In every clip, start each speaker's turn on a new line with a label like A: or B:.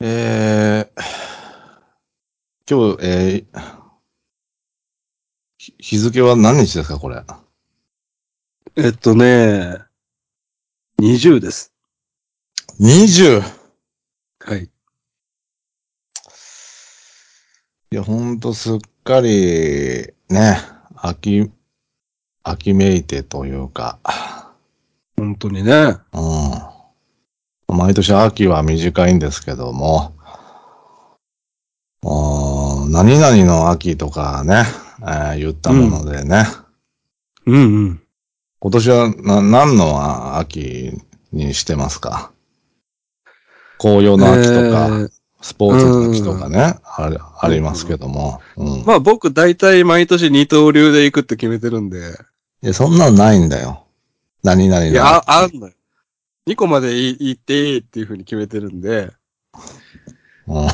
A: えー、今日、えー、ひ日付は何日ですか、これ。
B: えっとね、20です。
A: 20!
B: はい。
A: いや、ほんとすっかり、ね、秋、秋めいてというか、
B: 本当にね。
A: うん。毎年秋は短いんですけども、あー何々の秋とかね、えー言ったものでね、
B: うんうん。
A: 今年はな何の秋にしてますか紅葉の秋とか、
B: えー
A: スポーツの秋とかね、あれありますけども。うん。
B: まあ僕大体毎年二刀流で行くって決めてるんで。
A: いや、そんなのないんだよ。何々の。
B: いや、あ、あんのよ。2個までい行っていいっていうふうに決めてるんで。
A: うんい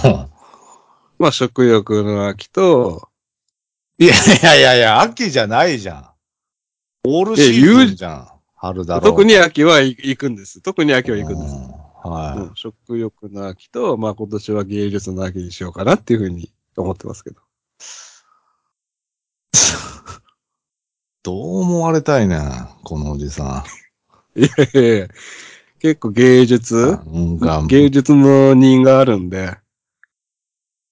B: まあ食欲の秋と、
A: やいやいやいや、秋じゃないじゃん。オールシーズンじゃん。春だろう。
B: 特に秋はい行くんです。特に秋は行くんです。
A: うんはい、
B: うん食欲の秋と、まあ今年は芸術の秋にしようかなっていうふうに思ってますけど。
A: どう思われたいねん、このおじさ
B: いやいやいや結構芸
A: ん。
B: 術
A: なんか、
B: 芸術の人があるんで。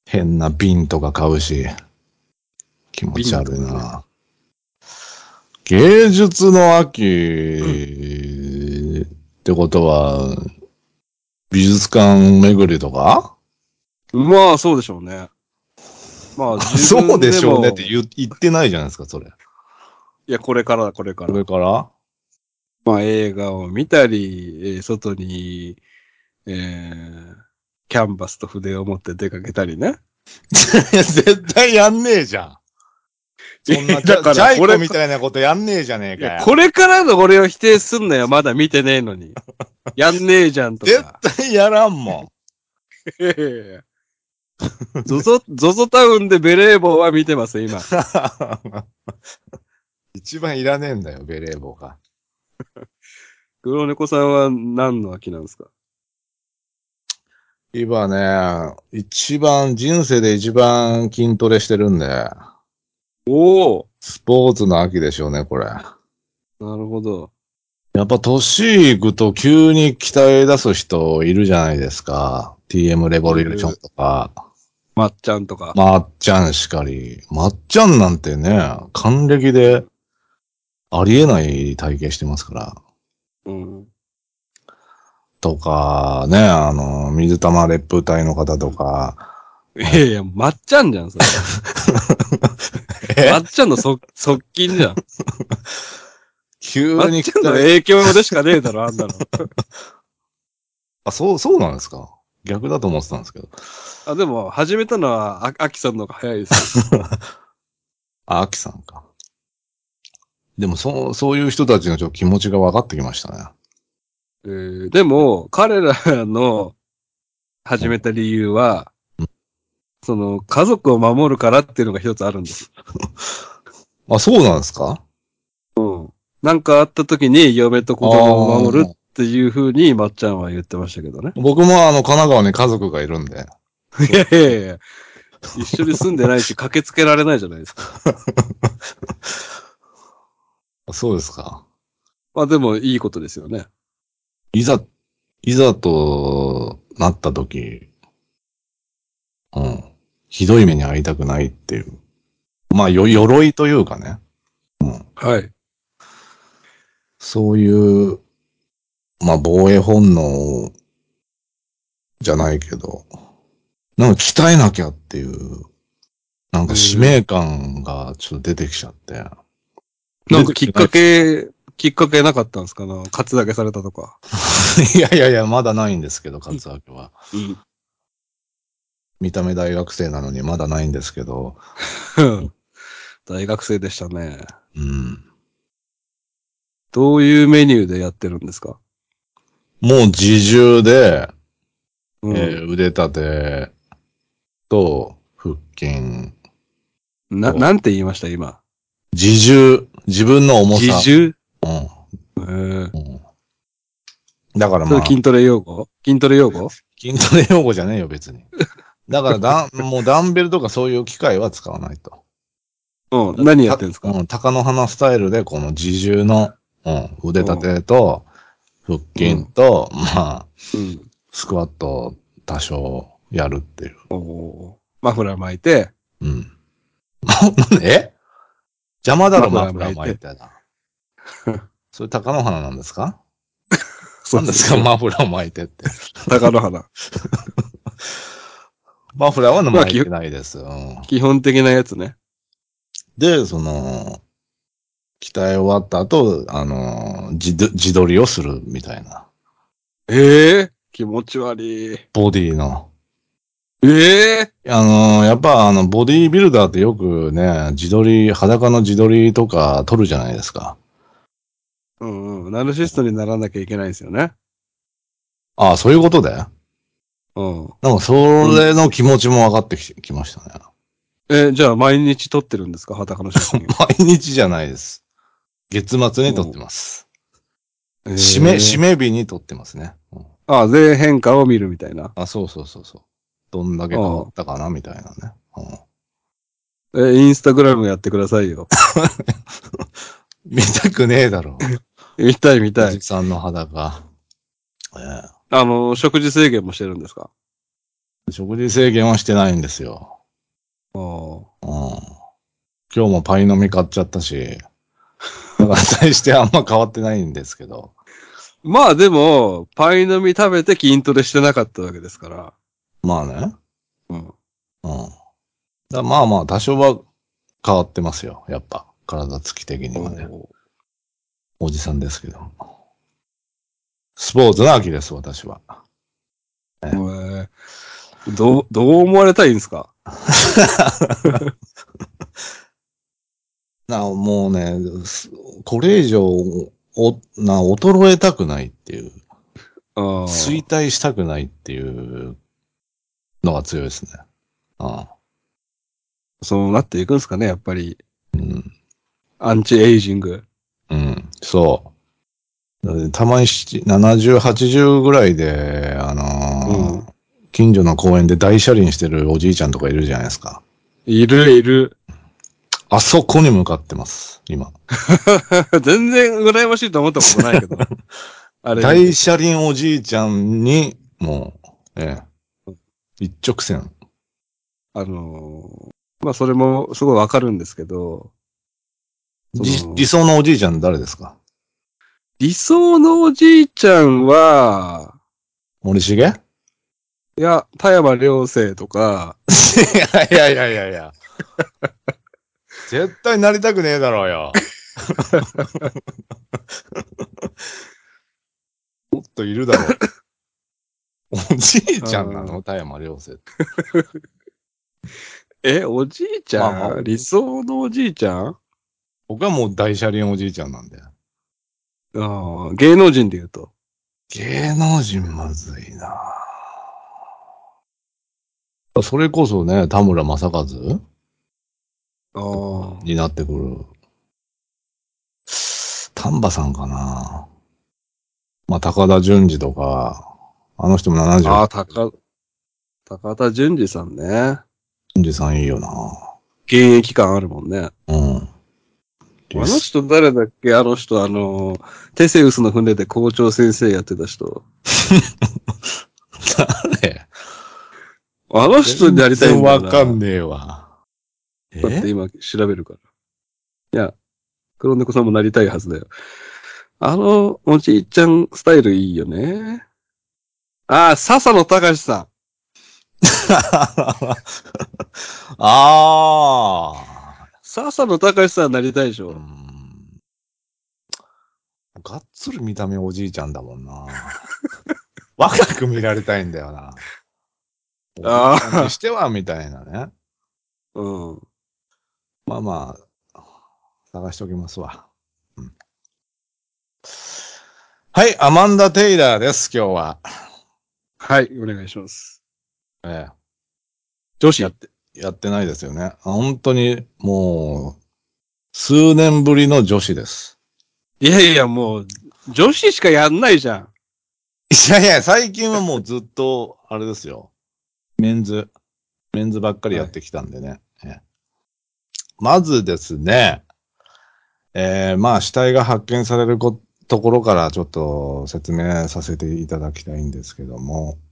A: 変な瓶とか買うし、気持ち悪い
B: 瓶とか
A: な。芸術の秋ってことは、美術館巡りとか
B: まあ、そうでしょうね。まあ、自分
A: そうでしょうねって
B: う。
A: 言言ってないじゃないですか、それ。
B: いや、これからだ、これか
A: こ
B: ら。
A: れから
B: まあ、映画を見たり、えー外に、えー、キャンバスと筆を持って出かけたりね。
A: 絶対やんねえじゃん。そんな、
B: だから
A: ジャイ
B: これ
A: コみたいなことやんねえじゃねえ
B: い
A: か
B: や、
A: よ。
B: これからの俺を否定すんなよ、まだ見てねえ のに。やんねえじゃんと
A: 絶
B: か。
A: 対やらんもん。
B: いやいや いやゾゾ、ゾゾタウンでベレー帽は見てます、今。
A: 一番いらねえんだよ、ベレー帽が。
B: 黒猫さんは何の秋なんですか
A: 今ね、一番、人生で一番筋トレしてるんで、
B: おお
A: スポーツの秋でしょうね、これ。や
B: なるほど。
A: っぱ年いくと急に鍛え出す人いるじゃないですか。TM レボリューションとか、
B: まっちゃんとか。
A: まっちゃんしかり。まっちゃんなんてね、還暦でありえない体型してますから。
B: うん。
A: とか、ね、あの、水玉烈風隊の方とか、
B: いやいや、まっちゃんじゃん、それ。
A: え
B: まっちゃんのそ側近じゃん。
A: 急
B: まっ
A: に
B: ちゃんの
A: 鍛え、
B: 影響でしかねえだろ、あんなの。
A: あ、そう、そうなんですか逆だと思ってたんですけど。
B: あ、でも、始めたのは、あ、あきさんの方が早いですよ。
A: あ、秋さんか。でも、そう、そういう人たちのちょっと気持ちが分かってきましたね。
B: えーでも、彼らの始めた理由は、その、家族を守るからっていうのが一つあるんです。
A: あ、そうなんですか
B: なんかあった時に、嫁と子供を守る
A: あー
B: っていうふうに、まっちゃんは言ってましたけ どね。
A: 僕もあの、神奈川に家族がいるんで。
B: いやいやいや一緒に住んでないし、駆けつけられないじゃないですか。
A: あそうですか。
B: まあでも、いいことですよね。
A: いざ、いざとなった時、うん。ひどい目に遭いたくないっていう。まあ、よ、鎧というかね。
B: はい。
A: そういう、まあ、防衛本能じゃないけど、なんか鍛えなきゃっていう、なんか使命感がちょっと出てきちゃって。
B: なんかきっかけ、きっかけなかったんですかなカツだけされたとか。
A: いやいやいや、まだないんですけど、カツアゲは。見た目大学生なのにまだないんですけど、
B: 大学生でしたね。
A: うん。
B: どういうメニューでやってるんですか、
A: もう自重で、
B: うん
A: えー腕立てと腹筋、
B: な、なんて言いました今。
A: 自重、自分の重さ。
B: 自重、
A: うん
B: えー
A: うんだから
B: そ
A: ま
B: れ
A: あ、
B: 筋トレ用語筋トレ用語
A: 筋トレ用語じゃねえよ、別に。だからだ ん、もうダンベルとかそういう機械は使わないと。
B: うん。何やってんですか
A: うん、鷹の花スタイルで、この自重の、うん、腕立てと、腹筋と、まあ、
B: うん。
A: スクワットを多少やるっていう。
B: おおーマフラー巻いて、
A: うん。 え邪魔だろ、マフラー巻いてな。それ、鷹の花なんですか
B: そ
A: 何ですか、マフラー巻いてって。
B: 高野花。
A: マフラーは
B: まあ
A: 巻
B: 基
A: い
B: 本
A: てないです。うん
B: 基本的なやつね。
A: で、その、鍛え終わった後、あの、自ど自撮りをするみたいな。
B: ええ気持ち悪い。
A: ボディの。
B: ええ
A: あの、やっぱ、あの、ボディービルダーってよくね、自撮り、裸の自撮りとか撮るじゃないですか。
B: うんうん。ナルシストにならなきゃいけないんですよね。
A: ああ、そういうことで
B: うん。
A: なんか、それの気持ちも分かってき,、きましたね。
B: え、じゃあ毎日撮ってるんですか裸の写真。
A: 毎日じゃないです。月末に撮ってます。
B: えー
A: 締め、締め日に撮ってますね。うん
B: あ、全変化を見るみたいな。
A: あ、そうそうそうそう。どんだけ変わったかな、みたいなね。うん
B: え、インスタグラムやってくださいよ。
A: 見たくねえだろ。
B: 見たい見
A: お
B: たい
A: じ。さんの裸。え
B: あの、食事制限もしてるんですか
A: え食事制限はしてないんですよ。
B: お
A: うん。今日もパイの実買っちゃったし、だから対してあんま変わってないんですけど。
B: まあでも、パイの実食べて筋トレしてなかったわけですから。
A: まあね。
B: うん。
A: うん。だまあまあ、多少は変わってますよ。やっぱ。体つき的にはね。おじさんですけど。スポーツな秋です、私は。
B: えーどう、どう思われたいんですか
A: な、もうね、すこれ以上、お、な、衰えたくないっていう、
B: うん。
A: 衰退したくないっていうのが強いですね。あ
B: そうなっていくんですかねやっぱり、
A: うん。
B: アンチエイジング。
A: うん。そう。だってたまにし70、80ぐらいで、あのー
B: うん
A: 近所の公園で大車輪してるおじいちゃんとかいるじゃないですか。
B: いるいる。
A: あそこに向かってます、今。
B: 全然羨ましいと思ったことないけど。あれ。
A: 大車輪おじいちゃんに、もう、ええ、一直線。
B: あのーまあそれもすごいわかるんですけど、
A: じ
B: その
A: 理想のおじいちゃん誰ですか
B: 理想のおじいちゃんは、
A: 森重いや
B: いや、田山良生とか、
A: いやいやいやいや。絶対なりたくねえだろうよ。もっといるだろう。おじいちゃんなの田山良生って。
B: え、おじいちゃん、
A: まあまあ
B: 理想のおじいちゃんあ
A: 僕はもう大車輪おじいちゃんなんで。
B: ー芸能人で言うと。
A: 芸能人まずいなそれこそね、田村正和
B: あー
A: になってくる。丹波さんかな。まあ、高田純次とか、あの人も
B: あ
A: 70
B: ー、高、高田純次さんね。
A: 純次さんいいよな。
B: 現役感あるもんね。あ
A: うん。
B: の人誰だっけあの人、あのー、テセウスの船で校長先生やってた人。
A: 誰
B: あの人になりたいんだよ
A: わ
B: な
A: かんねえわ。え
B: だって今調べるから。いや、黒猫さんもなりたいはずだよ。あの、おじいちゃんスタイルいいよね。ああ、笹野隆さん。
A: ああ。
B: 笹野隆さんなりたいでし
A: う
B: ょ。
A: ん。がっつり見た目おじいちゃんだもんな。 若く見られたいんだよな。おじ
B: あー
A: いちゃんにしては、みたいなね。
B: うん。
A: まあまあ、探しておきますわ。うんはい、アマンダ・テイラーです、今日は。
B: はい、お願いします。
A: ええ
B: 女子やって。
A: やってないですよね。あ本当に、もう、数年ぶりの女子です。
B: いやいや、もう、女子しかやんないじゃん。
A: いやいや、最近はもうずっと、あれですよ。メンズ、メンズばっかりやってきたんでね。えまずですね、えー、まあ、死体が発見されることころからちょっと説明させていただきたいんですけども、えー
B: うん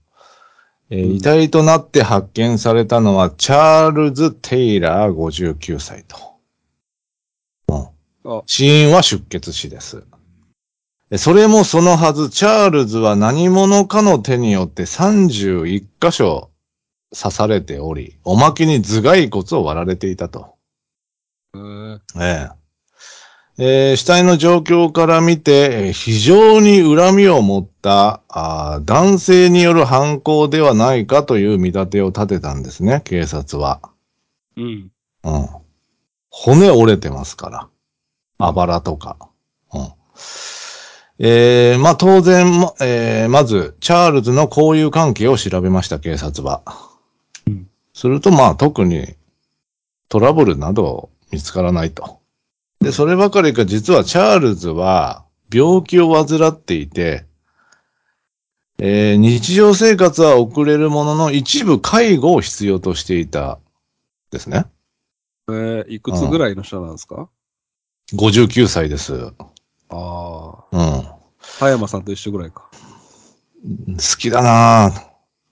A: 遺体となって発見されたのは、チャールズ・テイラー59歳と。
B: あ、
A: 死因は出血死です。えそれもそのはず、チャールズは何者かの手によって31箇所刺されており、おまけに頭蓋骨を割られていたと。
B: えー、
A: えええー死体の状況から見て、えー非常に恨みを持ったあー男性による犯行ではないかという見立てを立てたんですね、警察は。
B: うん。
A: うん。骨折れてますから。あばらとか。うん。えー、まあ、当然、ま、えー、まず、チャールズの交友関係を調べました、警察は。
B: うん
A: すると、まあ、特にトラブルなど見つからないと。で、そればかりか、実はチャールズは病気を患っていて、えー日常生活は遅れるものの一部介護を必要としていたですね。
B: えー、いくつぐらいの人なんですか
A: 59歳です。うん。
B: ああ。
A: 好
B: 葉山さんと一緒ぐらいか。
A: きだなぁ。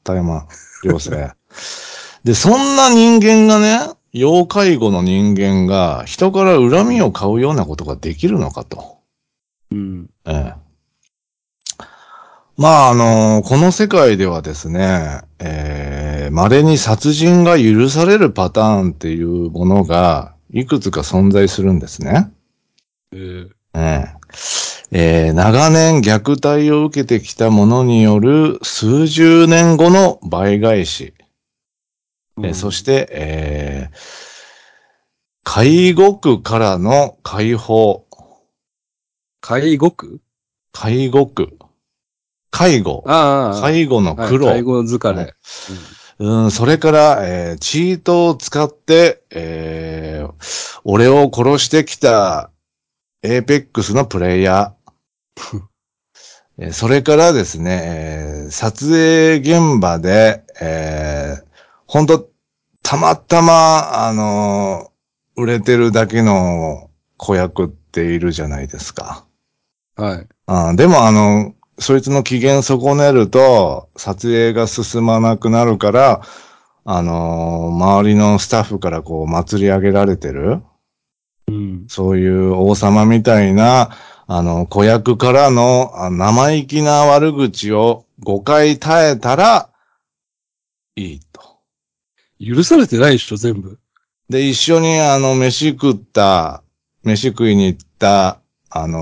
A: 田山良生。 で、そんな人間がね、要介護の人間が人から恨みを買うようなことができるのかと。
B: うん。
A: ええ。まあ、あのこの世界ではですね、ええ稀に殺人が許されるパターンっていうものが、いくつか存在するんですね。
B: えー、、
A: えええー長年虐待を受けてきた者による数十年後の倍返し、えーそしてて、えー介護区からの解放、
B: 介護区
A: 介護区、介護、
B: ああ。
A: 介護の苦労、
B: はい介護疲れ。
A: はいうん、それから、えーチートを使って、えー俺を殺してきた、エーペックスのプレイヤー。えーそれからですね、えー撮影現場で、えー、ほんと、たまたま、あのー売れてるだけの子役っているじゃないですか。
B: うんはい。
A: ああでもあの、そいつの機嫌損ねると、撮影が進まなくなるから、あのー周りのスタッフからこう、祭り上げられてる、
B: うん。
A: そういう王様みたいな、あの、子役からのあ生意気な悪口を5回耐えたら、いいと。
B: 許されてないでしょ、全部。
A: で、一緒にあの、飯食った、飯食いに行った、あの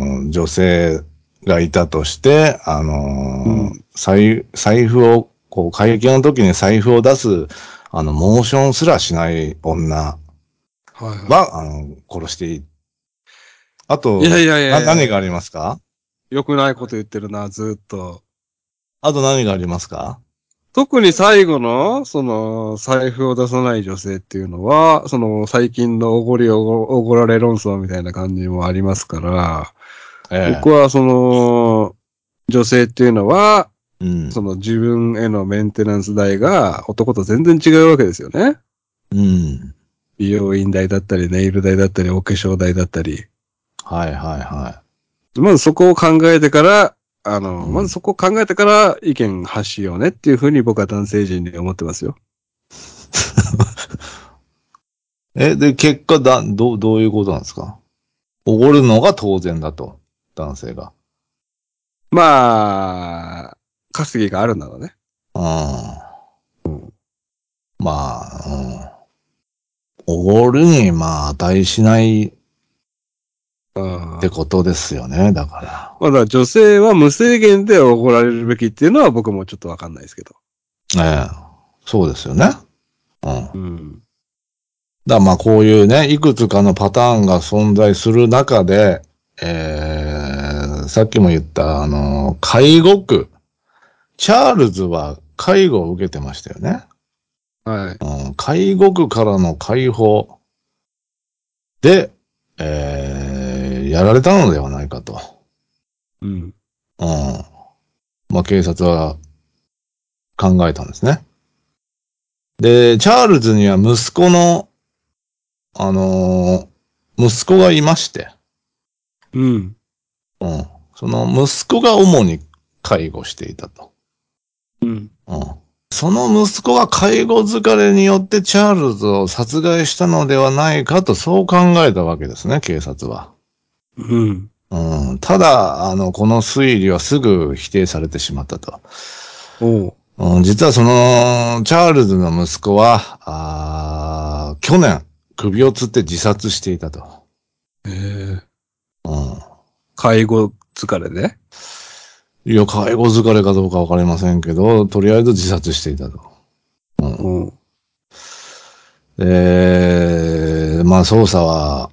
A: ー女性がいたとして、あのー
B: う
A: 財、財布を、こう、会計の時に財布を出す、あの、モーションすらしない女
B: はいはい
A: は、あの、殺していい。あと、
B: いやいやいや
A: な何がありますか
B: 良くないこと言ってるな、ずっと。
A: あと何がありますか
B: 特に最後の、その、財布を出さない女性っていうのは、その、最近のおごりおごおごられ論争みたいな感じもありますから、
A: ええ
B: 僕はその、女性っていうのは、
A: うん。
B: その自分へのメンテナンス代が男と全然違うわけですよね。
A: うん。
B: 美容院代だったり、ネイル代だったり、お化粧代だったり。
A: はいはいは
B: まずそこを考えてから、あの、
A: うん
B: まずそこを考えてから意見発しようねっていうふうに僕は男性陣に思ってますよ。
A: い。え、で、結果だ、どう、どういうことなんですかおごるのが当然だと、男性が。
B: まあ、稼ぎがあるならね。
A: うん。まあ、うん。おごるに、まあ、値しないっ
B: うん
A: てことですよね、だか
B: まだ女性は無制限で怒られるべきっていうのは僕もちょっとわかんないですけど。
A: ら。ええ。そうですよね。うん。
B: うん。
A: だからまあこういうね、いくつかのパターンが存在する中で、えー、さっきも言った、あの、介護区。チャールズは介護を受けてましたよね。
B: はい。
A: うん、介護区からの解放で、えー、やられたのではないかと。
B: うん。
A: うん。まあ、警察は考えたんですね。で、チャールズには息子の、あのー息子がいまして、
B: うん。
A: うん。その息子が主に介護していたと。
B: うん。
A: うん。その息子が介護疲れによってチャールズを殺害したのではないかとそう考えたわけですね、警察は。
B: うん。
A: うん。ただ、あの、この推理はすぐ否定されてしまったと。
B: おう。
A: うん、実はその、チャールズの息子は、あー去年、首を吊って自殺していたと。
B: え
A: う
B: ー、
A: ん。
B: 介護疲れで、
A: いや、介護疲れかどうかわかりませんけど、とりあえず自殺していたと。
B: おう。
A: えー、まあ捜査は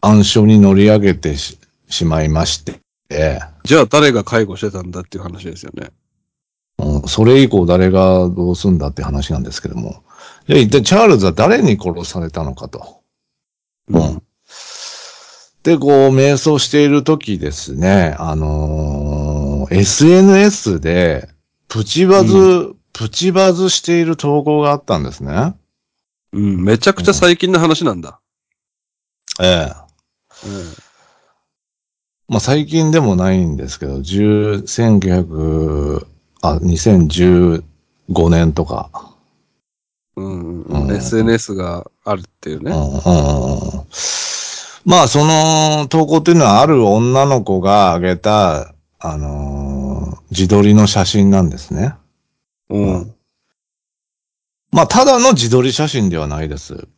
A: 暗礁に乗り上げてししまいまして、
B: じゃあ誰が介護してたんだっていう話ですよね。
A: うん、それ以降誰がどうすんだって話なんですけども。じゃあ一体チャールズは誰に殺されたのかと。うん。で、こう、瞑想している時ですね、あのー SNS で、プチバズ、プチバズしている投稿があったんですね。
B: うん。めちゃくちゃ最近の話なんだ。
A: ええ。まあ、最近でもないんですけど、10、1900、あ、2015年とか。
B: うん。
A: う
B: うんん、SNS があるっていう
A: うんうん
B: ね。
A: うんうんまあ、その投稿っていうのはある女の子が上げた、あのー自撮りの写真なんですね。
B: うん。
A: まあ、ただの自撮り写真ではないです。う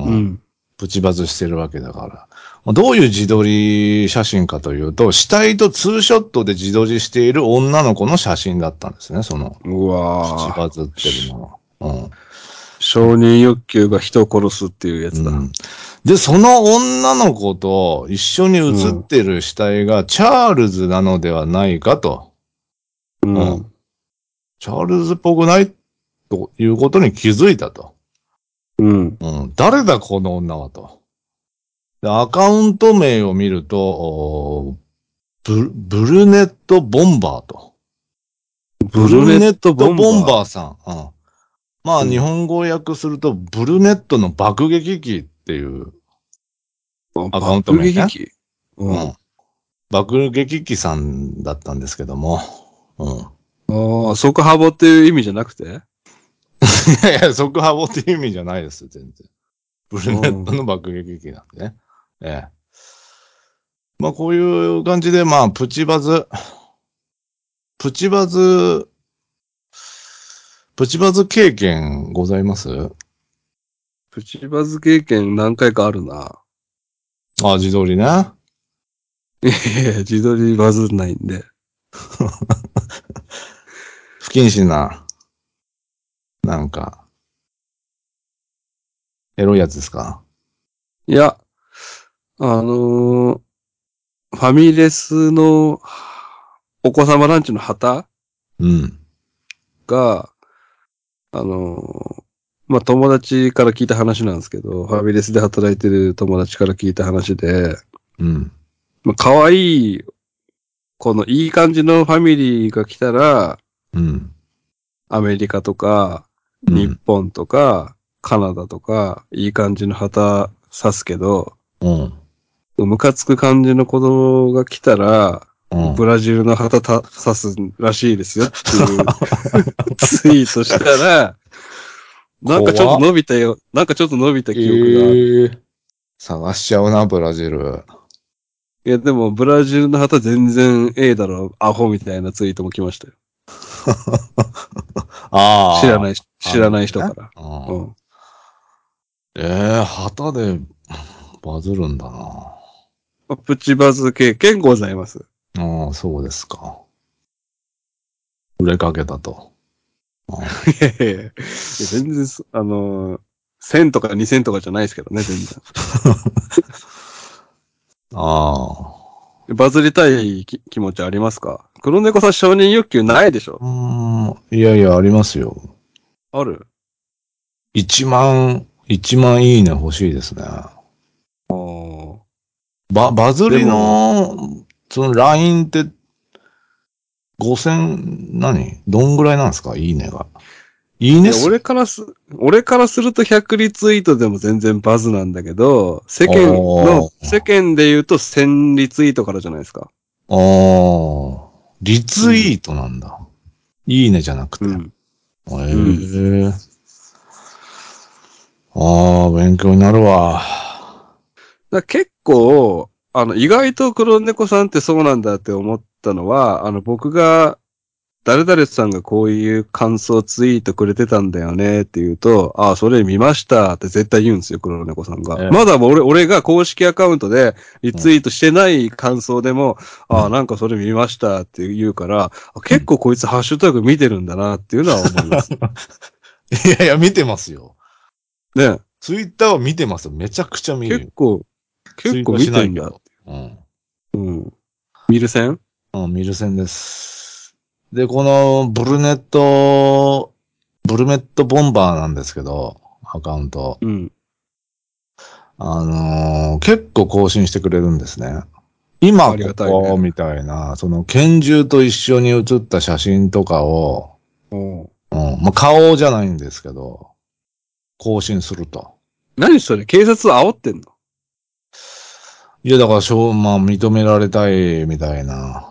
B: うん。
A: プチバズしてるわけだから。まあどういう自撮り写真かというと、死体とツーショットで自撮りしている女の子の写真だったんですね、その。
B: う
A: 口
B: わぁ。
A: バズってるのは。
B: 承認欲求が人を殺すっていうや
A: う
B: つだ。
A: ん。で、その女の子と一緒に写ってる死体がチャールズなのではないかと。
B: うん。
A: うんチャールズっぽくないということに気づいたと。
B: うん。
A: うん。誰だこの女はと。で、アカウント名を見ると、おーブブルネット・ボンバーと。
B: ブルネ
A: ブ
B: ットボ
A: ルネット
B: ンバー。
A: ボンバーさん。うん、まあ、
B: うん
A: 日本語訳すると、ブルネットの爆撃機っていう、アカウント名ね
B: 爆撃機
A: う
B: うんん。
A: 爆撃機さんだったんですけども。うん、 い
B: ああ、そこハボっていう意味じゃなくて
A: やいや、即ハボっていう意味じゃないです、全然。ブルネットの爆撃機なんでね。ええ。まあ、こういう感じで、まあ、プチバズ、プチバズ、プチバズ経験ございます
B: プチバズ経験何回かあるな。
A: あ、自撮りね。
B: いやいや、自撮りバズんないんで。
A: 不謹慎な、なんか、エロいやつですか
B: いや、あのーファミレスのお子様ランチの旗
A: うん。
B: が、あのーまあ、友達から聞いた話なんですけど、ファミレスで働いてる友達から聞いた話で、
A: うん。
B: まあ、可愛い、このいい感じのファミリーが来たら、
A: うん。
B: アメリカとか、
A: うん
B: 日本とか、カナダとか、いい感じの旗指すけど、
A: うん。
B: ムカつく感じの子供が来たら、
A: うん。
B: ブラジルの旗た指すらしいですよっていうツイートした ら、なんかちょっと伸びたよ、なんかちょっと伸びた記憶がある。
A: 探しちゃうな、ブラジル。
B: いや、でもブラジルの旗全然ええだろ、アホみたいなツイートも来ましたよ。
A: ああ。
B: 知ら
A: い。
B: ない、知らない人から。う
A: うん、
B: ん。
A: ええー、旗でバズるんだな。
B: まあプチバズ経験ございます。
A: ああ、そうですか。売れかけたと。
B: いやいやいやいや全然そ、あのー、1000とか2000とかじゃないですけどね、全然。
A: ああ。
B: バズりたいき気持ちありますか黒猫さん承認欲求ないでしょ
A: うーん。いやいや、ありますよ。
B: ある
A: 1万、1万いいね欲しいですね。
B: あー
A: バ、バズりの、その LINE って、 5000、何どんぐらいなんですかいいねが。いいね
B: いや
A: 数
B: 俺からす、俺からすると100リツイートでも全然バズなんだけど、世間の
A: お、ー
B: 世間で言うと1000リツイートからじゃないですか。
A: ああ、リツイートなんだ。いいねじゃなくて。
B: うん。
A: へえああ、勉強になるわ。
B: だから結構、あの、意外と黒猫さんってそうなんだって思ったのは、あの、僕が、誰々さんがこういう感想ツイートくれてたんだよねって言うと、ああ、それ見ましたって絶対言うんですよ、黒猫さんが。
A: ええ
B: まだ俺、俺が公式アカウントでリツイートしてない感想でも、
A: うん
B: ああ、なんかそれ見ましたって言うから、あ結構こいつハッシュタグ見てるんだなっていうのは思い ま す。
A: いやいや、見てますよ。
B: ね。
A: ツイッターは見てますよ。めちゃくちゃ見るよ
B: 結。構、結構見てんだ。
A: うん。
B: うん。見る線
A: うん、見る線です。で、このブルネット、ブルメットボンバーなんですけど、アカウント。
B: うん。
A: あのー結構更新してくれるんですね。今
B: あり
A: こ
B: がたいね
A: こ、みたいな、その拳銃と一緒に写った写真とかを、
B: うん
A: うん。まあ、顔じゃないんですけど、更新すると。
B: 何それ警察煽ってんの
A: いや、だから、しょう、まあ、認められたい、みたいな。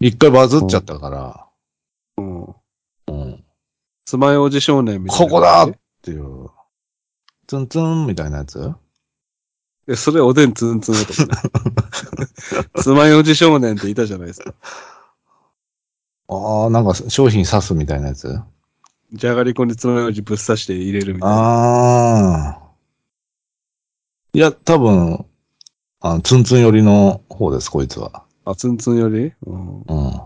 A: 一回バズっちゃったから、
B: うん。
A: うん。っ
B: つまようじ少年みたいな。
A: ここだていう、ツンツンみたいなやつ
B: え、それおでんツンツン男ね。 つまようじ少年っていたじゃないですか。
A: ああ、なんか商品刺すみたいなやつあ
B: じゃがりこにつまようじぶっ刺して入れるみたいな。
A: あー。いや、多分、あの、ツンツン寄りの方です、こいつは。
B: あ、ツンツンよりう
A: う
B: ん。
A: ん。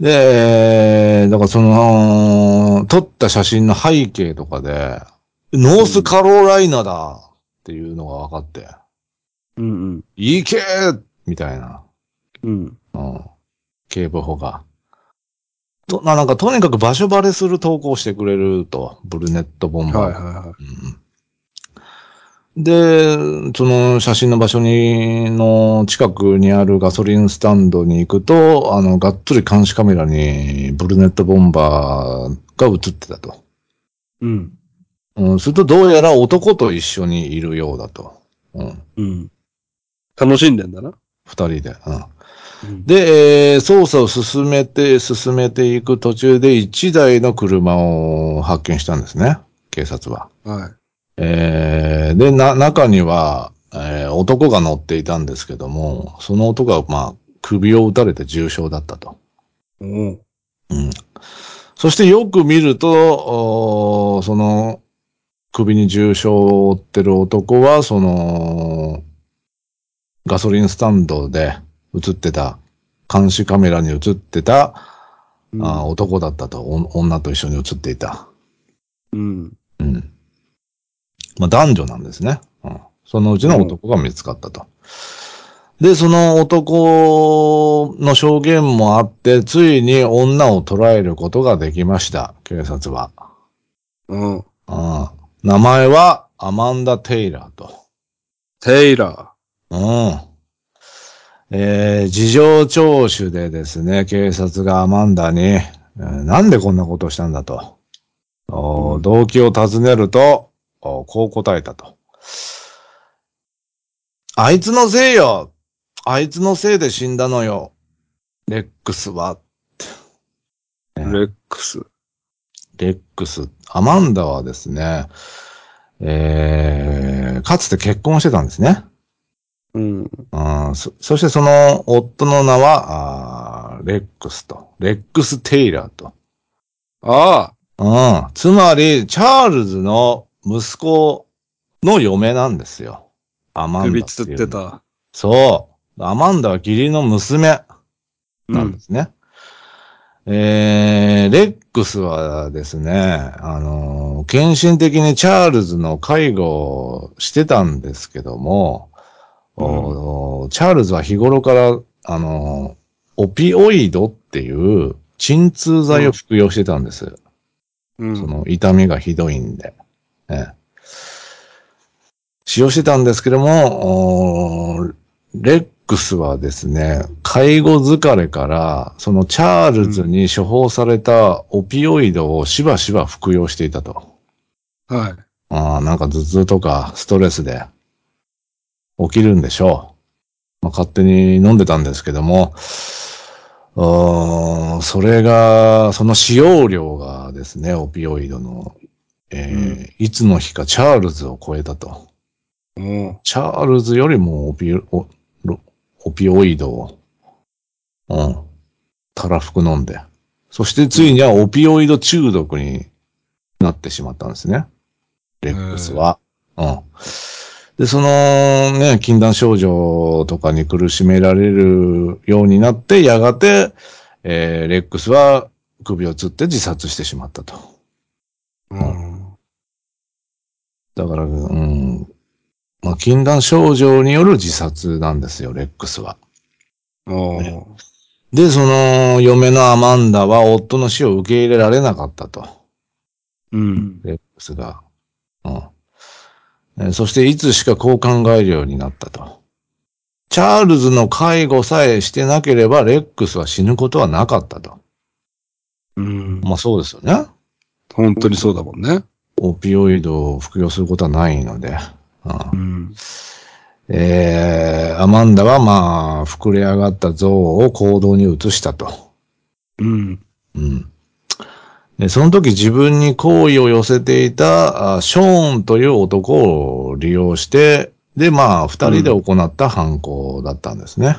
A: で、だからその、撮った写真の背景とかで、ノースカロライナだっていうのが分かって、
B: うん
A: いけみたいな、
B: うん。うん。
A: うん。警部補が。と、ななんかとにかく場所バレする投稿をしてくれると、ブルネットボンバー。
B: はいはいは
A: うんで、その写真の場所に、の近くにあるガソリンスタンドに行くと、あの、がっつり監視カメラにブルネットボンバーが映ってたと。
B: い。うん。
A: うん、するとどうやら男と一緒にいるようだと。うん、
B: うん。楽しんでんだな。
A: 二人で。うん。
B: うん、
A: で、えー捜査を進めて、進めていく途中で一台の車を発見したんですね。警察は。
B: はい。
A: えーで、な、中には、えー男が乗っていたんですけども、その男が、まあ、首を打たれて重傷だったと。
B: おう
A: うん。そしてよく見ると、おーその、首に重傷を負ってる男は、その、ガソリンスタンドで映ってた、監視カメラに映ってた、
B: うん
A: あー男だったと、お女と一緒に映っていた。
B: うん。
A: うん。まあ、男女なんですね。うん。そのうちの男が見つかったと。で、その男の証言もあって、ついに女を捕らえることができました、警察は。
B: うん。
A: うん。名前はアマンダ・テイラーと。
B: テイラ
A: うん。えー事情聴取でですね、警察がアマンダに、えーなんでこんなことをしたんだと、おー動機を尋ねると、おーこう答えたと。あいつのせいよあいつのせいで死んだのよレックスは、
B: ー。
A: うん
B: レックス。
A: レックス、アマンダはですね、えーかつて結婚してたんですね。
B: うん。
A: あーそそしてその夫の名は、あーレックスと。レックス・テイラーと。
B: ああ。
A: うん。つまり、チャールズの息子の嫁なんですよ。アマンダ
B: 首
A: いう
B: つって。た。
A: そう。アマンダは義理の娘
B: う
A: なん
B: ん
A: で。すね。えー、レックスはですね、あのー献身的にチャールズの介護をしてたんですけども、おチャールズは日頃から、あのーオピオイドっていう鎮痛剤を服用してたんです。
B: う
A: そ
B: ん。
A: の痛みがひどいんで。ええ使用してたんですけども、おーレックスはですね、介護疲れから、そのチャールズに処方されたオピオイドをしばしば服用していたと。
B: はい。
A: ああ、なんか頭痛とかストレスで起きるんでしょう。まあ、勝手に飲んでたんですけども、うーん、それが、その使用量がですね、オピオイドの、えー
B: う
A: いつの日かチャールズを超えたと。
B: も
A: チャールズよりもオピオロオピオイドを、うん、たらふく飲んで、そしてついにはオピオイド中毒になってしまったんですね。レックスは。うん。で、そのね、禁断症状とかに苦しめられるようになって、やがて、えーレックスは首を吊って自殺してしまったと。
B: う、うん。
A: だから、うん。まあ、禁断症状による自殺なんですよ、レックスは。
B: おー
A: で、その、嫁のアマンダは夫の死を受け入れられなかったと、
B: うん。
A: レックスが。うん。えーそして、いつしかこう考えるようになったと。チャールズの介護さえしてなければ、レックスは死ぬことはなかったと。
B: うん。
A: まあ、そうですよね。
B: 本当にそうだもんね。
A: オピオイドを服用することはないので。うん。
B: うん。
A: えー、アマンダはまあ、膨れ上がった像を行動に移したと。
B: うん。
A: うん。で、その時自分に好意を寄せていた、あショーンという男を利用して、で、まあ、二人で行った犯行だったんですね。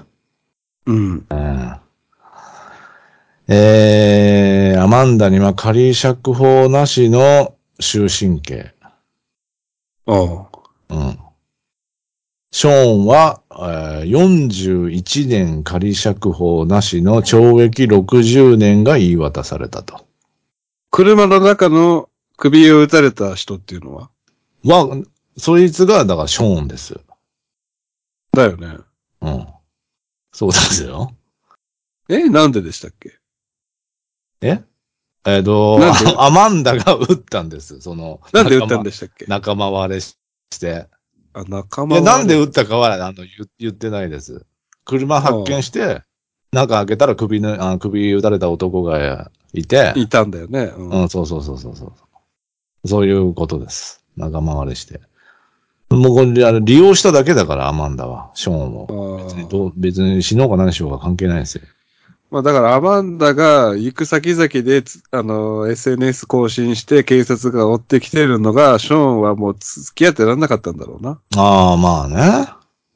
B: うん。
A: えー、アマンダには仮釈放なしの終身刑。
B: おー
A: うん。ショーンは、えー41年仮釈放なしの懲役60年が言い渡されたと。
B: 車の中の首を打たれた人っていうのは
A: は、そいつが、だからショーンです。
B: だよね。
A: うん。そうですよ。
B: え、なんででしたっけ
A: えっ、と
B: なんで、
A: アマンダが撃ったんです。その、
B: なんで撃ったんでしたっけ
A: 仲間割れして。
B: あ、仲
A: いや、
B: 間割れ
A: なんで撃ったかは、あの、言言ってないです。車発見して、中開けたら首の、あ首撃たれた男がいて、
B: いたんだよね。うん
A: うん、そうそうそうそうそう。そういうことです。仲間割れして。もうこれ、あの、利用しただけだから、アマンダは、ショーン
B: あ
A: を。別に
B: ー
A: どう、別に死のうが何しようが関係ないですよ。
B: まあだからアマンダが行く先々でつ、あの、SNS 更新して警察が追ってきてるのが、ショーンはもう付き合ってらんなかったんだろうな。
A: ああ、まあね。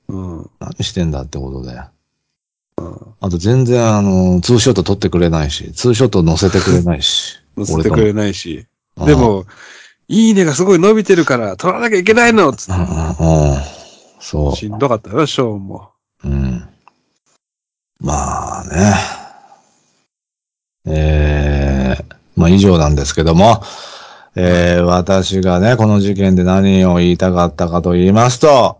B: うん。。
A: 何してんだってことで。あと全然、あの、ツーショット撮ってくれないし、ツーショット載せてくれないし
B: 乗せてく
A: 俺
B: れないし。
A: と
B: で、も、いいねがすごい伸びてるから、取らなきゃいけないのつ
A: う
B: っ
A: んうんうんうん。そ
B: しんどかったな、ショーンも。
A: う。うん。まあね。えー、まあ以上なんですけども、えー、私がね、この事件で何を言いたかったかと言いますと、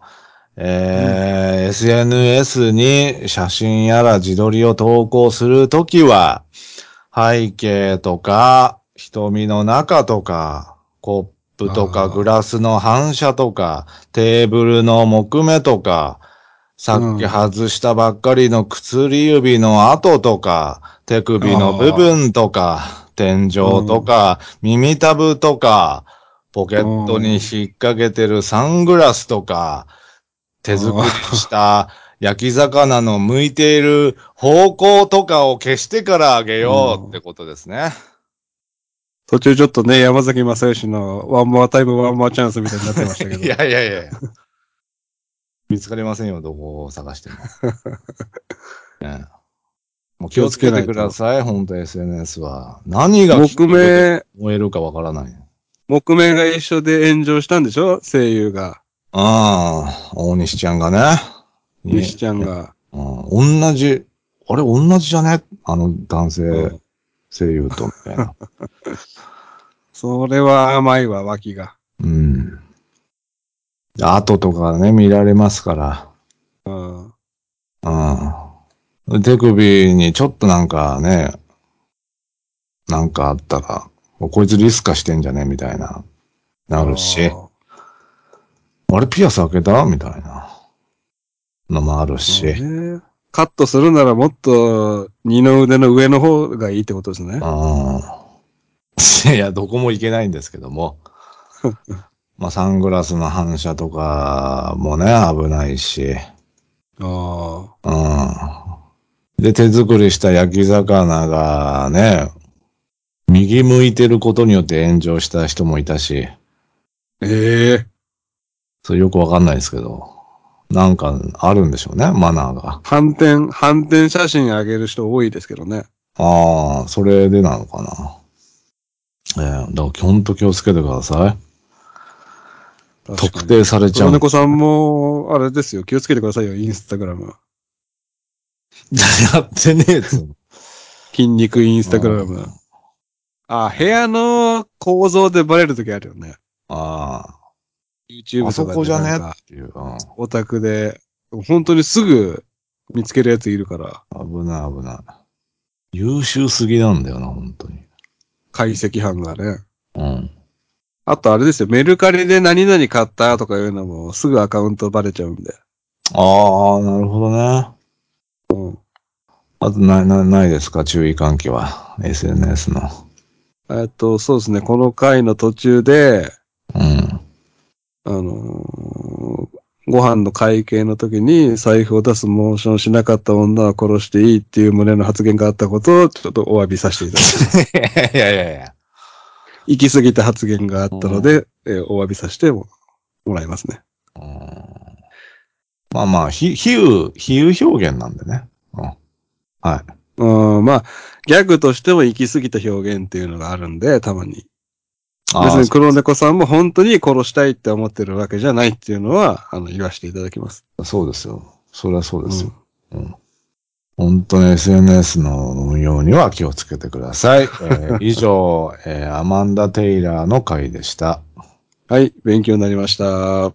A: えー SNS に写真やら自撮りを投稿するときは、背景とか、瞳の中とか、コップと
B: あ
A: か、
B: ー
A: グラスの反射とか、テーブルの木目とか、さっき外したばっかりの薬指の跡とか、手首の部分とか、天井とか、耳たぶとか、ポケットに引っ掛けてるサングラスとか、手作りした焼き魚の向いている方向とかを消してからあげようってことですね。
B: 途中ちょっとね、山崎正義のワンモアタイム、ワンモアチャンスみたいになってましたけ ど。
A: いやいやいや。見つかりませんよ、どこを探して も。ねもう気をつけてください、本当 SNS は。何が
B: 木
A: で
B: 名、
A: 燃えるかわからない。
B: 木名が一緒で炎上したんでしょ声優が。
A: ああ、大西ちゃんがね。
B: 西ちゃんが。
A: うん、同じ、あれ同じじゃねあの男性声優と、みたい な。
B: それは甘いわ、脇が。
A: うん。後とかね、見られますから。
B: うん。
A: うん。手首にちょっとなんかね、なんかあったら、こいつリスカしてんじゃねみたいな、なるし、
B: あ
A: あれピアス開けたみたいな、のもあるし、
B: そうねカットするならもっと二の腕の上の方がいいってことです
A: う
B: ね。
A: ん。いや、どこも行けないんですけども。まあ、サングラスの反射とかもね、危ないし。
B: あ
A: うん。で、手作りした焼き魚がね、右向いてることによって炎上した人もいたし、
B: あ。ええ
A: それよくわかんないですけど、なんかあるんでしょうね、マナーが。
B: 反転、反転写真あげる人多いですけどね。
A: ああ、それでなのかな。ええだからほんと気をつけてください。
B: 確か
A: 特
B: に。
A: 定されちゃ
B: 黒
A: う。
B: 猫さんも、あれですよ。気をつけてくださいよ、インスタグラム。
A: やってねえっつ うの
B: 筋肉インスタグラム。あ、部屋の構造でバレるときあるよね。
A: ああ、
B: YouTube
A: あそ
B: とか
A: こ
B: で
A: じゃ
B: な
A: ね
B: んか
A: っていう。うん
B: オタクで、本当にすぐ見つけるやついるから、
A: 危ない危ない。優秀すぎなんだよな、本当に。
B: 解析班がね。
A: うん。
B: あとあれですよ、メルカリで何々買ったとかいうのもすぐアカウントバレちゃうんで。
A: ああ、なるほどね。
B: うん。
A: あとな、な、ないですか注意喚起は。SNS の。
B: えっと、そうですね、この回の途中で、
A: うん。
B: あのーご飯の会計の時に財布を出すモーションしなかった女は殺していいっていう胸の発言があったことをちょっとお詫びさせていただきます。
A: いやいやいや。
B: 行き過ぎた発言があったので、えーお詫びさせてももらいますね。
A: うん、まあまあ、ひ、比喩、比喩表現なんでね。うん。はい。
B: うん、まあ、ギャグとしても行き過ぎた表現っていうのがあるんで、たまに。別
A: あ
B: に黒猫さんも本当に殺したいって思ってるわけじゃないっていうのは、あの、言わせていただきます。
A: あ、そうですよ。それはそうですよ。
B: う
A: 本当に SNS の運用には気をつけてください。えー以上、えーアマンダ・テイラーの回でした。
B: んはい、勉強になりました。